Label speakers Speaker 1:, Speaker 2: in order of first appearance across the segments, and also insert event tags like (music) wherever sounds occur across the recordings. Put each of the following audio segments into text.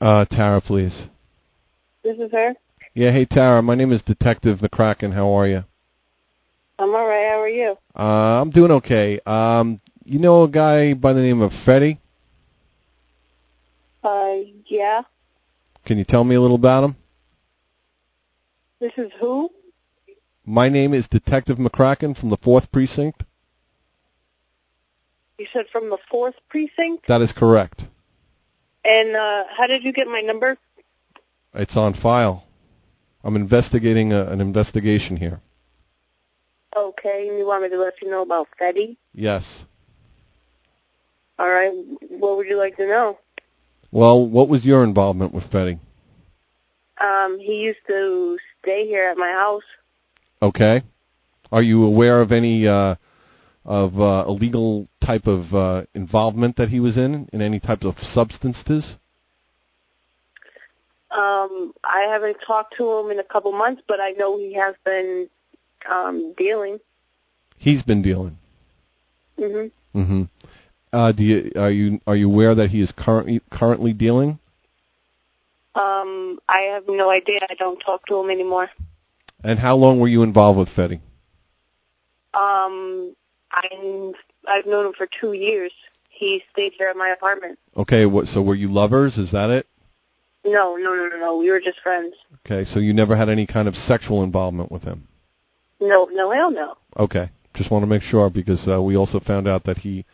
Speaker 1: Uh, Tara, please.
Speaker 2: This is her.
Speaker 1: Yeah, hey Tara, my name is Detective McCracken. How are you?
Speaker 2: I'm all right. How are you?
Speaker 1: Uh, I'm doing okay. Um, you know a guy by the name of Fetty?
Speaker 2: Uh, yeah.
Speaker 1: Can you tell me a little about him?
Speaker 2: This is who?
Speaker 1: My name is Detective McCracken from the Fourth Precinct.
Speaker 2: You said from the fourth precinct.
Speaker 1: That is correct.
Speaker 2: And uh, how did you get my number?
Speaker 1: It's on file. I'm investigating a, an investigation here.
Speaker 2: Okay, you want me to let you know about Fetty?
Speaker 1: Yes.
Speaker 2: All right. What would you like to know?
Speaker 1: Well, what was your involvement with Fetty?
Speaker 2: Um, he used to stay here at my house.
Speaker 1: Okay. Are you aware of any uh, of uh, illegal type of uh, involvement that he was in, in any type of substances?
Speaker 2: Um, I haven't talked to him in a couple months, but I know he has been um, dealing.
Speaker 1: He's been dealing.
Speaker 2: hmm
Speaker 1: Mm-hmm. Uh, do you are you are you aware that he is currently currently dealing?
Speaker 2: Um, I have no idea. I don't talk to him anymore.
Speaker 1: And how long were you involved with Fetty?
Speaker 2: Um, I'm I've known him for two years. He stayed here at my apartment.
Speaker 1: Okay, what, so were you lovers? Is that it?
Speaker 2: No, no, no, no, no. We were just friends.
Speaker 1: Okay, so you never had any kind of sexual involvement with him.
Speaker 2: No, no, hell no.
Speaker 1: Okay, just want to make sure because uh, we also found out that he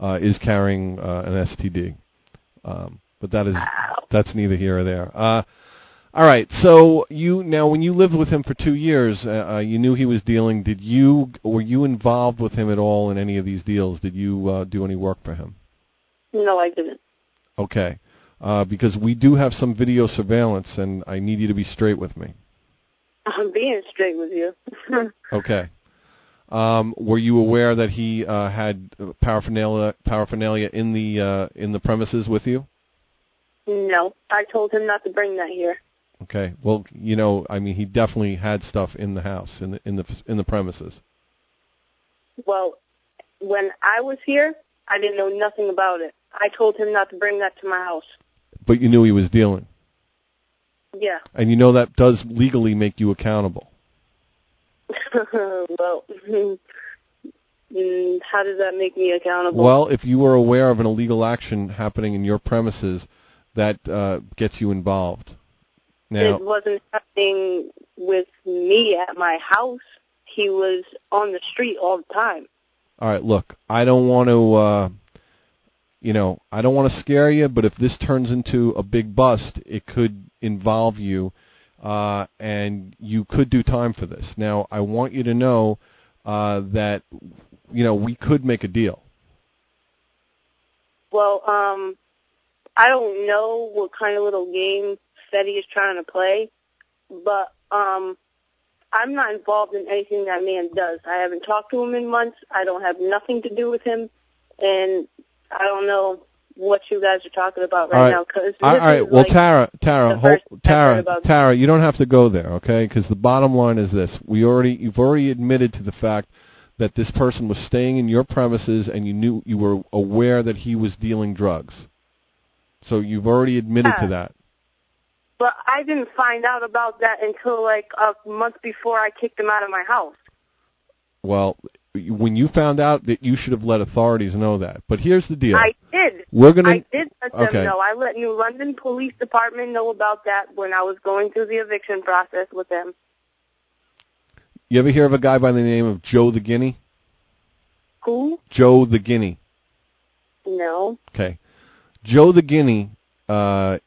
Speaker 1: uh, is carrying uh, an STD. Um, but that is that's neither here or there. Uh, all right, so you now when you lived with him for two years, uh, uh, you knew he was dealing. Did you were you involved with him at all in any of these deals? Did you uh, do any work for him?
Speaker 2: No, I didn't. (laughs)
Speaker 1: Okay, uh, because we do have some video surveillance, and I need you to be straight with me.
Speaker 2: I'm being straight with you. (laughs)
Speaker 1: Okay. Um, were you aware that he uh, had uh, paraphernalia paraphernalia in the uh, in the premises with you?
Speaker 2: no, I told him not to bring that here.
Speaker 1: Okay. Well, you know, I mean, he definitely had stuff in the house in the in the in the premises.
Speaker 2: Well, when I was here, I didn't know nothing about it. I told him not to bring that to my house.
Speaker 1: But you knew he was dealing,
Speaker 2: Yeah. (laughs)
Speaker 1: and you know that does legally make you accountable.
Speaker 2: well, (laughs) mm, how does that make me accountable?
Speaker 1: Well, if you were aware of an illegal action happening in your premises, that uh, gets you involved. Now,
Speaker 2: it wasn't happening with me at my house. He was on the street all the time.
Speaker 1: all right, look, I don't want to, uh, you know, I don't want to scare you, but if this turns into a big bust, it could involve you, uh, and you could do time for this. Now, I want you to know uh, that, you know, we could make a deal.
Speaker 2: Well, um, I don't know what kind of little game Fetty is trying to play, but um, I'm not involved in anything that man does. I haven't talked to him in months. I don't have nothing to do with him, and I don't know what you guys are talking about right,
Speaker 1: All right.
Speaker 2: now. Cause
Speaker 1: All
Speaker 2: this
Speaker 1: right.
Speaker 2: is
Speaker 1: well,
Speaker 2: like,
Speaker 1: Tara, Tara,
Speaker 2: the
Speaker 1: hold,
Speaker 2: first I've heard
Speaker 1: Tara,
Speaker 2: about-
Speaker 1: Tara, you don't have to go there, okay? Because the bottom line is this: we already, you've already admitted to the fact that this person was staying in your premises, and you knew you were aware that he was dealing drugs. So you've already admitted to
Speaker 2: Yeah.
Speaker 1: that.
Speaker 2: But I didn't find out about that until like a month before I kicked him out of my house.
Speaker 1: Well, when you found out that you should have let authorities know that. But here's the deal:
Speaker 2: I did.
Speaker 1: we're gonna.
Speaker 2: I did let them
Speaker 1: okay.
Speaker 2: know. I let New London Police Department know about that when I was going through the eviction process with them.
Speaker 1: you ever hear of a guy by the name of Joe the Guinea?
Speaker 2: Who?
Speaker 1: Joe the Guinea.
Speaker 2: No.
Speaker 1: Okay. Joe the Guinea, uh,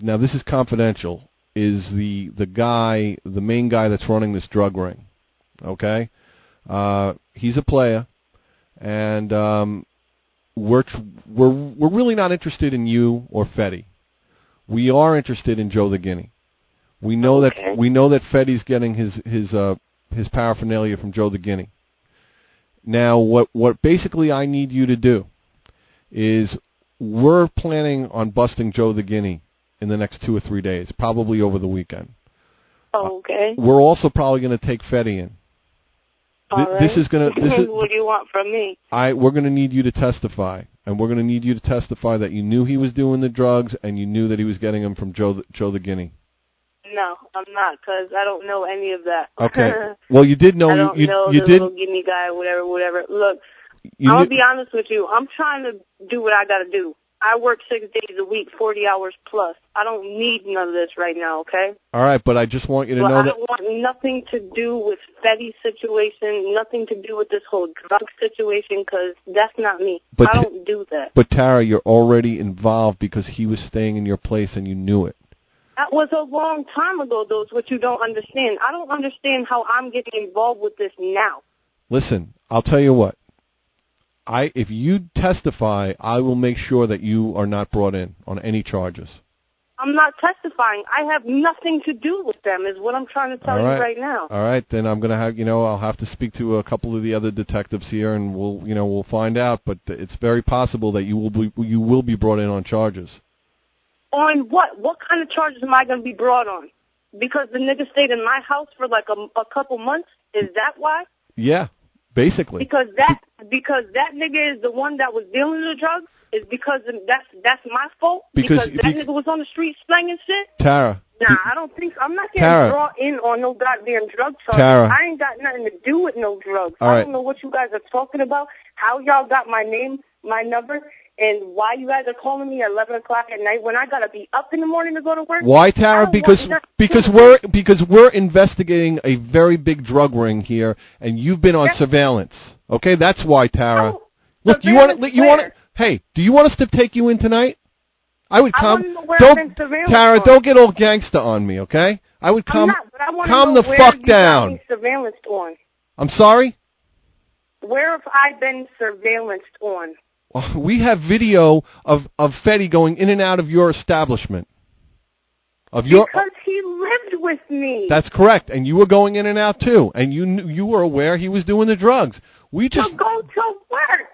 Speaker 1: now this is confidential, is the, the guy, the main guy that's running this drug ring. Okay? Uh, he's a player, and um, we're, tr- we're, we're really not interested in you or Fetty. We are interested in Joe the Guinea. We know
Speaker 2: Okay.
Speaker 1: that we know that Fetty's getting his his uh, his paraphernalia from Joe the Guinea. Now, what what basically I need you to do is we're planning on busting Joe the Guinea in the next two or three days, probably over the weekend.
Speaker 2: Okay.
Speaker 1: We're also probably going to take Fetty in. Th-
Speaker 2: All right.
Speaker 1: This is going to this is
Speaker 2: (laughs) what do you want from me?
Speaker 1: I we're going to need you to testify. and we're going to need you to testify that you knew he was doing the drugs and you knew that he was getting them from Joe the, Joe
Speaker 2: (laughs)
Speaker 1: the Guinea.
Speaker 2: No, I'm not, because I don't know any of that. (laughs)
Speaker 1: Okay. Well, you did know
Speaker 2: I
Speaker 1: you
Speaker 2: don't
Speaker 1: you,
Speaker 2: know
Speaker 1: you
Speaker 2: the
Speaker 1: did
Speaker 2: little gimme guy, whatever, whatever. Look,
Speaker 1: you
Speaker 2: I'll
Speaker 1: knew-
Speaker 2: be honest with you. I'm trying to do what I got to do. I work six days a week, 40 hours plus. I don't need none of this right now, okay?
Speaker 1: all right, but I just want you to
Speaker 2: But
Speaker 1: know
Speaker 2: I
Speaker 1: that
Speaker 2: don't want nothing to do with Fetty's situation, nothing to do with this whole drug situation, because that's not me.
Speaker 1: But
Speaker 2: I
Speaker 1: t-
Speaker 2: don't do that.
Speaker 1: but Tara, you're already involved because he was staying in your place and you knew it.
Speaker 2: That was a long time ago, though, is what you don't understand. I don't understand how I'm getting involved with this now.
Speaker 1: Listen, I'll tell you what. I if you testify, I will make sure that you are not brought in on any charges.
Speaker 2: I'm not testifying. I have nothing to do with them, is what I'm trying to tell
Speaker 1: All right.
Speaker 2: you right now.
Speaker 1: All right, then I'm gonna have you know I'll have to speak to a couple of the other detectives here, and we'll you know we'll find out. But it's very possible that you will be you will be brought in on charges.
Speaker 2: On what? What kind of charges am I going to be brought on? Because the nigga stayed in my house for like a, a couple months. Is that why?
Speaker 1: Yeah, basically.
Speaker 2: Because that because that nigga is the one that was dealing the drugs. Is because that's that's my fault.
Speaker 1: Because-
Speaker 2: that
Speaker 1: bec-
Speaker 2: nigga was on the street slanging shit.
Speaker 1: Tara,
Speaker 2: Nah, I don't think I'm not getting
Speaker 1: Tara.
Speaker 2: brought in on no goddamn drug charges.
Speaker 1: Tara.
Speaker 2: I ain't got nothing to do with no drugs.
Speaker 1: All
Speaker 2: I
Speaker 1: right.
Speaker 2: don't know what you guys are talking about. How y'all got my name, my number, and why you guys are calling me at 11 o'clock at night when I gotta be up in the morning to go to work.
Speaker 1: Why, Tara?
Speaker 2: I don't
Speaker 1: Because
Speaker 2: want nothing
Speaker 1: because
Speaker 2: to do
Speaker 1: we're
Speaker 2: with
Speaker 1: because we're investigating a very big drug ring here, and you've been on
Speaker 2: Yeah.
Speaker 1: surveillance. Okay, that's why, Tara.
Speaker 2: No,
Speaker 1: Look, you want to
Speaker 2: surveillance
Speaker 1: you want to
Speaker 2: where?
Speaker 1: hey, do you want us to take you in tonight? I would
Speaker 2: I
Speaker 1: calm.
Speaker 2: wanna know where I've
Speaker 1: Don't
Speaker 2: been surveillance
Speaker 1: Tara,
Speaker 2: on.
Speaker 1: don't get all gangsta on me, okay? I would
Speaker 2: I'm
Speaker 1: calm
Speaker 2: not, but I wanna
Speaker 1: calm
Speaker 2: know
Speaker 1: the
Speaker 2: where
Speaker 1: fuck
Speaker 2: you got
Speaker 1: down.
Speaker 2: me surveillanced on.
Speaker 1: I'm sorry.
Speaker 2: Where have I been surveillanced on?
Speaker 1: Oh, We have video of of Fetty going in and out of your establishment. Of your
Speaker 2: Because he lived with me.
Speaker 1: That's correct, and you were going in and out too, and you knew, you were aware he was doing the drugs. We
Speaker 2: to
Speaker 1: just
Speaker 2: go to work.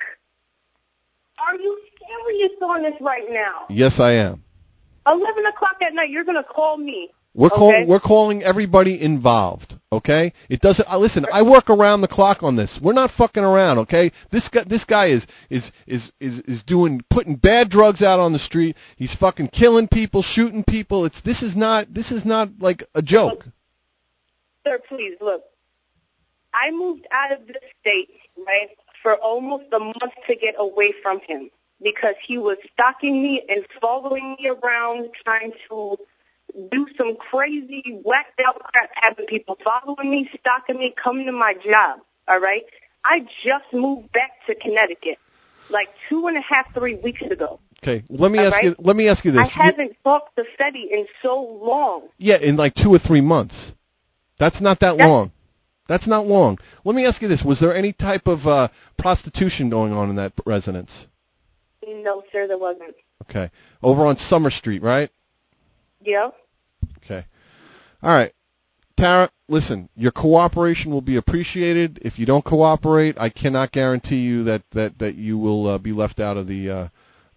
Speaker 2: Are you serious on this right now?
Speaker 1: yes, I am.
Speaker 2: Eleven o'clock at night, you're gonna call me.
Speaker 1: We're
Speaker 2: Okay.
Speaker 1: calling we're calling everybody involved. Okay, it doesn't. Uh, listen, I work around the clock on this. We're not fucking around. Okay, this guy this guy is is is is is doing putting bad drugs out on the street. He's fucking killing people, shooting people. It's this is not this is not like a joke.
Speaker 2: Sir, please look. I moved out of this state, right, for almost a month to get away from him because he was stalking me and following me around trying to do some crazy whacked out crap having people following me, stalking me, coming to my job. All right? I just moved back to Connecticut like two and a half, three weeks ago.
Speaker 1: Okay, let me
Speaker 2: All
Speaker 1: ask
Speaker 2: right.
Speaker 1: you let me ask you this.
Speaker 2: I haven't talked to Fetty in so long.
Speaker 1: Yeah, in like two or three months. That's not that
Speaker 2: That's-
Speaker 1: long. That's not long. Let me ask you this: Was there any type of uh, prostitution going on in that residence?
Speaker 2: No, sir, there wasn't.
Speaker 1: Okay, over on Summer Street, right?
Speaker 2: Yeah?
Speaker 1: Okay. All right, Tara. Listen, your cooperation will be appreciated. If you don't cooperate, I cannot guarantee you that that that you will uh, be left out of the uh,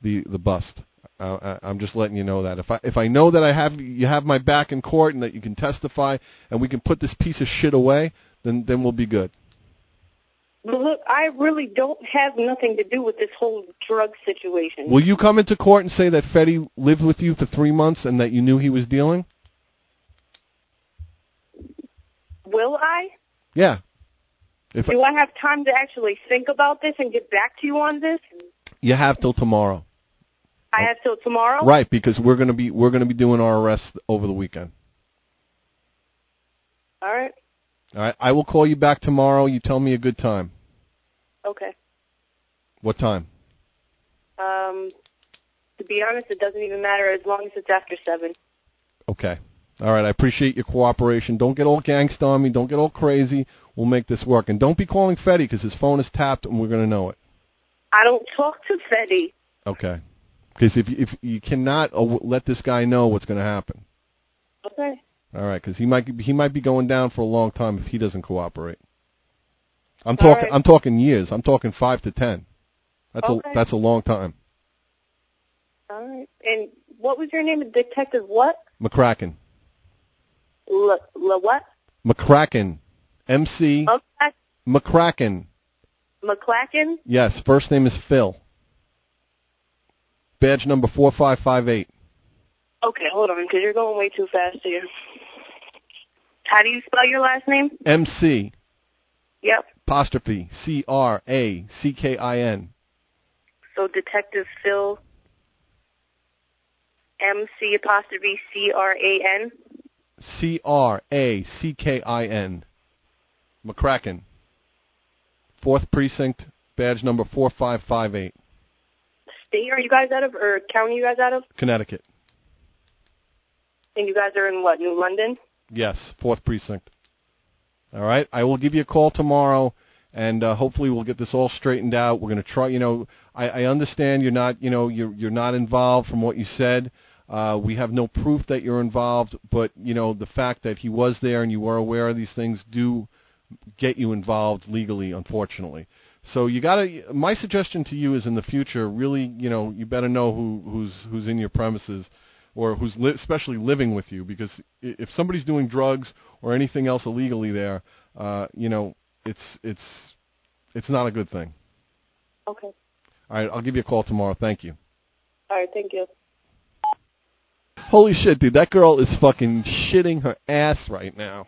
Speaker 1: the the bust. Uh, I, I'm just letting you know that. If I if I know that I have you have my back in court and that you can testify and we can put this piece of shit away, then then we'll be good.
Speaker 2: But look, I really don't have nothing to do with this whole drug situation.
Speaker 1: Will you come into court and say that Fetty lived with you for three months and that you knew he was dealing?
Speaker 2: Will I?
Speaker 1: Yeah. If
Speaker 2: Do I have time to actually think about this and get back to you on this?
Speaker 1: you have till tomorrow,
Speaker 2: I have till tomorrow.
Speaker 1: right? Because we're gonna be we're gonna be doing our arrest over the weekend.
Speaker 2: All right.
Speaker 1: All right. I will call you back tomorrow. You tell me a good time.
Speaker 2: Okay.
Speaker 1: What time?
Speaker 2: Um, to be honest, it doesn't even matter as long as it's after seven.
Speaker 1: Okay. All right. I appreciate your cooperation. Don't get all gangsta on me. Don't get all crazy. We'll make this work. And don't be calling Fetty because his phone is tapped and we're gonna know it.
Speaker 2: I don't talk to Fetty.
Speaker 1: Okay. Because if if you cannot uh, let this guy know what's gonna happen.
Speaker 2: Okay.
Speaker 1: All right, because he might he might be going down for a long time if he doesn't cooperate. I'm
Speaker 2: All
Speaker 1: talking
Speaker 2: right.
Speaker 1: I'm talking years. I'm talking five to ten. That's
Speaker 2: Okay.
Speaker 1: a that's a long time.
Speaker 2: All right. And what was your name, Detective? What?
Speaker 1: McCracken.
Speaker 2: La, La what?
Speaker 1: McCracken. M C
Speaker 2: Oh. Okay.
Speaker 1: McCracken.
Speaker 2: McClacken.
Speaker 1: Yes, first name is Phil. Badge number 4558.
Speaker 2: Okay, hold on, 'cause you're going way too fast here. How do you spell your last name?
Speaker 1: MC
Speaker 2: Yep.
Speaker 1: apostrophe C R A C K I N.
Speaker 2: So Detective Phil M C apostrophe C R A N.
Speaker 1: C R A C K I N. McCracken. Fourth precinct, badge number 4558,
Speaker 2: State are you guys out of or county you guys out of?
Speaker 1: Connecticut.
Speaker 2: And you guys are in what, New London?
Speaker 1: Yes, fourth precinct. All right. I will give you a call tomorrow, and uh, hopefully we'll get this all straightened out. We're going to try. You know, I, I understand you're not. You know, you're you're not involved from what you said. Uh, we have no proof that you're involved, but you know the fact that he was there and you were aware of these things do get you involved legally, unfortunately. So you gotta. My suggestion to you is in the future, really, you know, you better know who who's who's in your premises, or who's li- especially living with you, because i- if somebody's doing drugs or anything else illegally there, uh, you know, it's it's it's not a good thing.
Speaker 2: Okay.
Speaker 1: All right, I'll give you a call tomorrow. Thank you.
Speaker 2: All right, thank you.
Speaker 1: Holy shit, dude, that girl is fucking shitting her ass right now.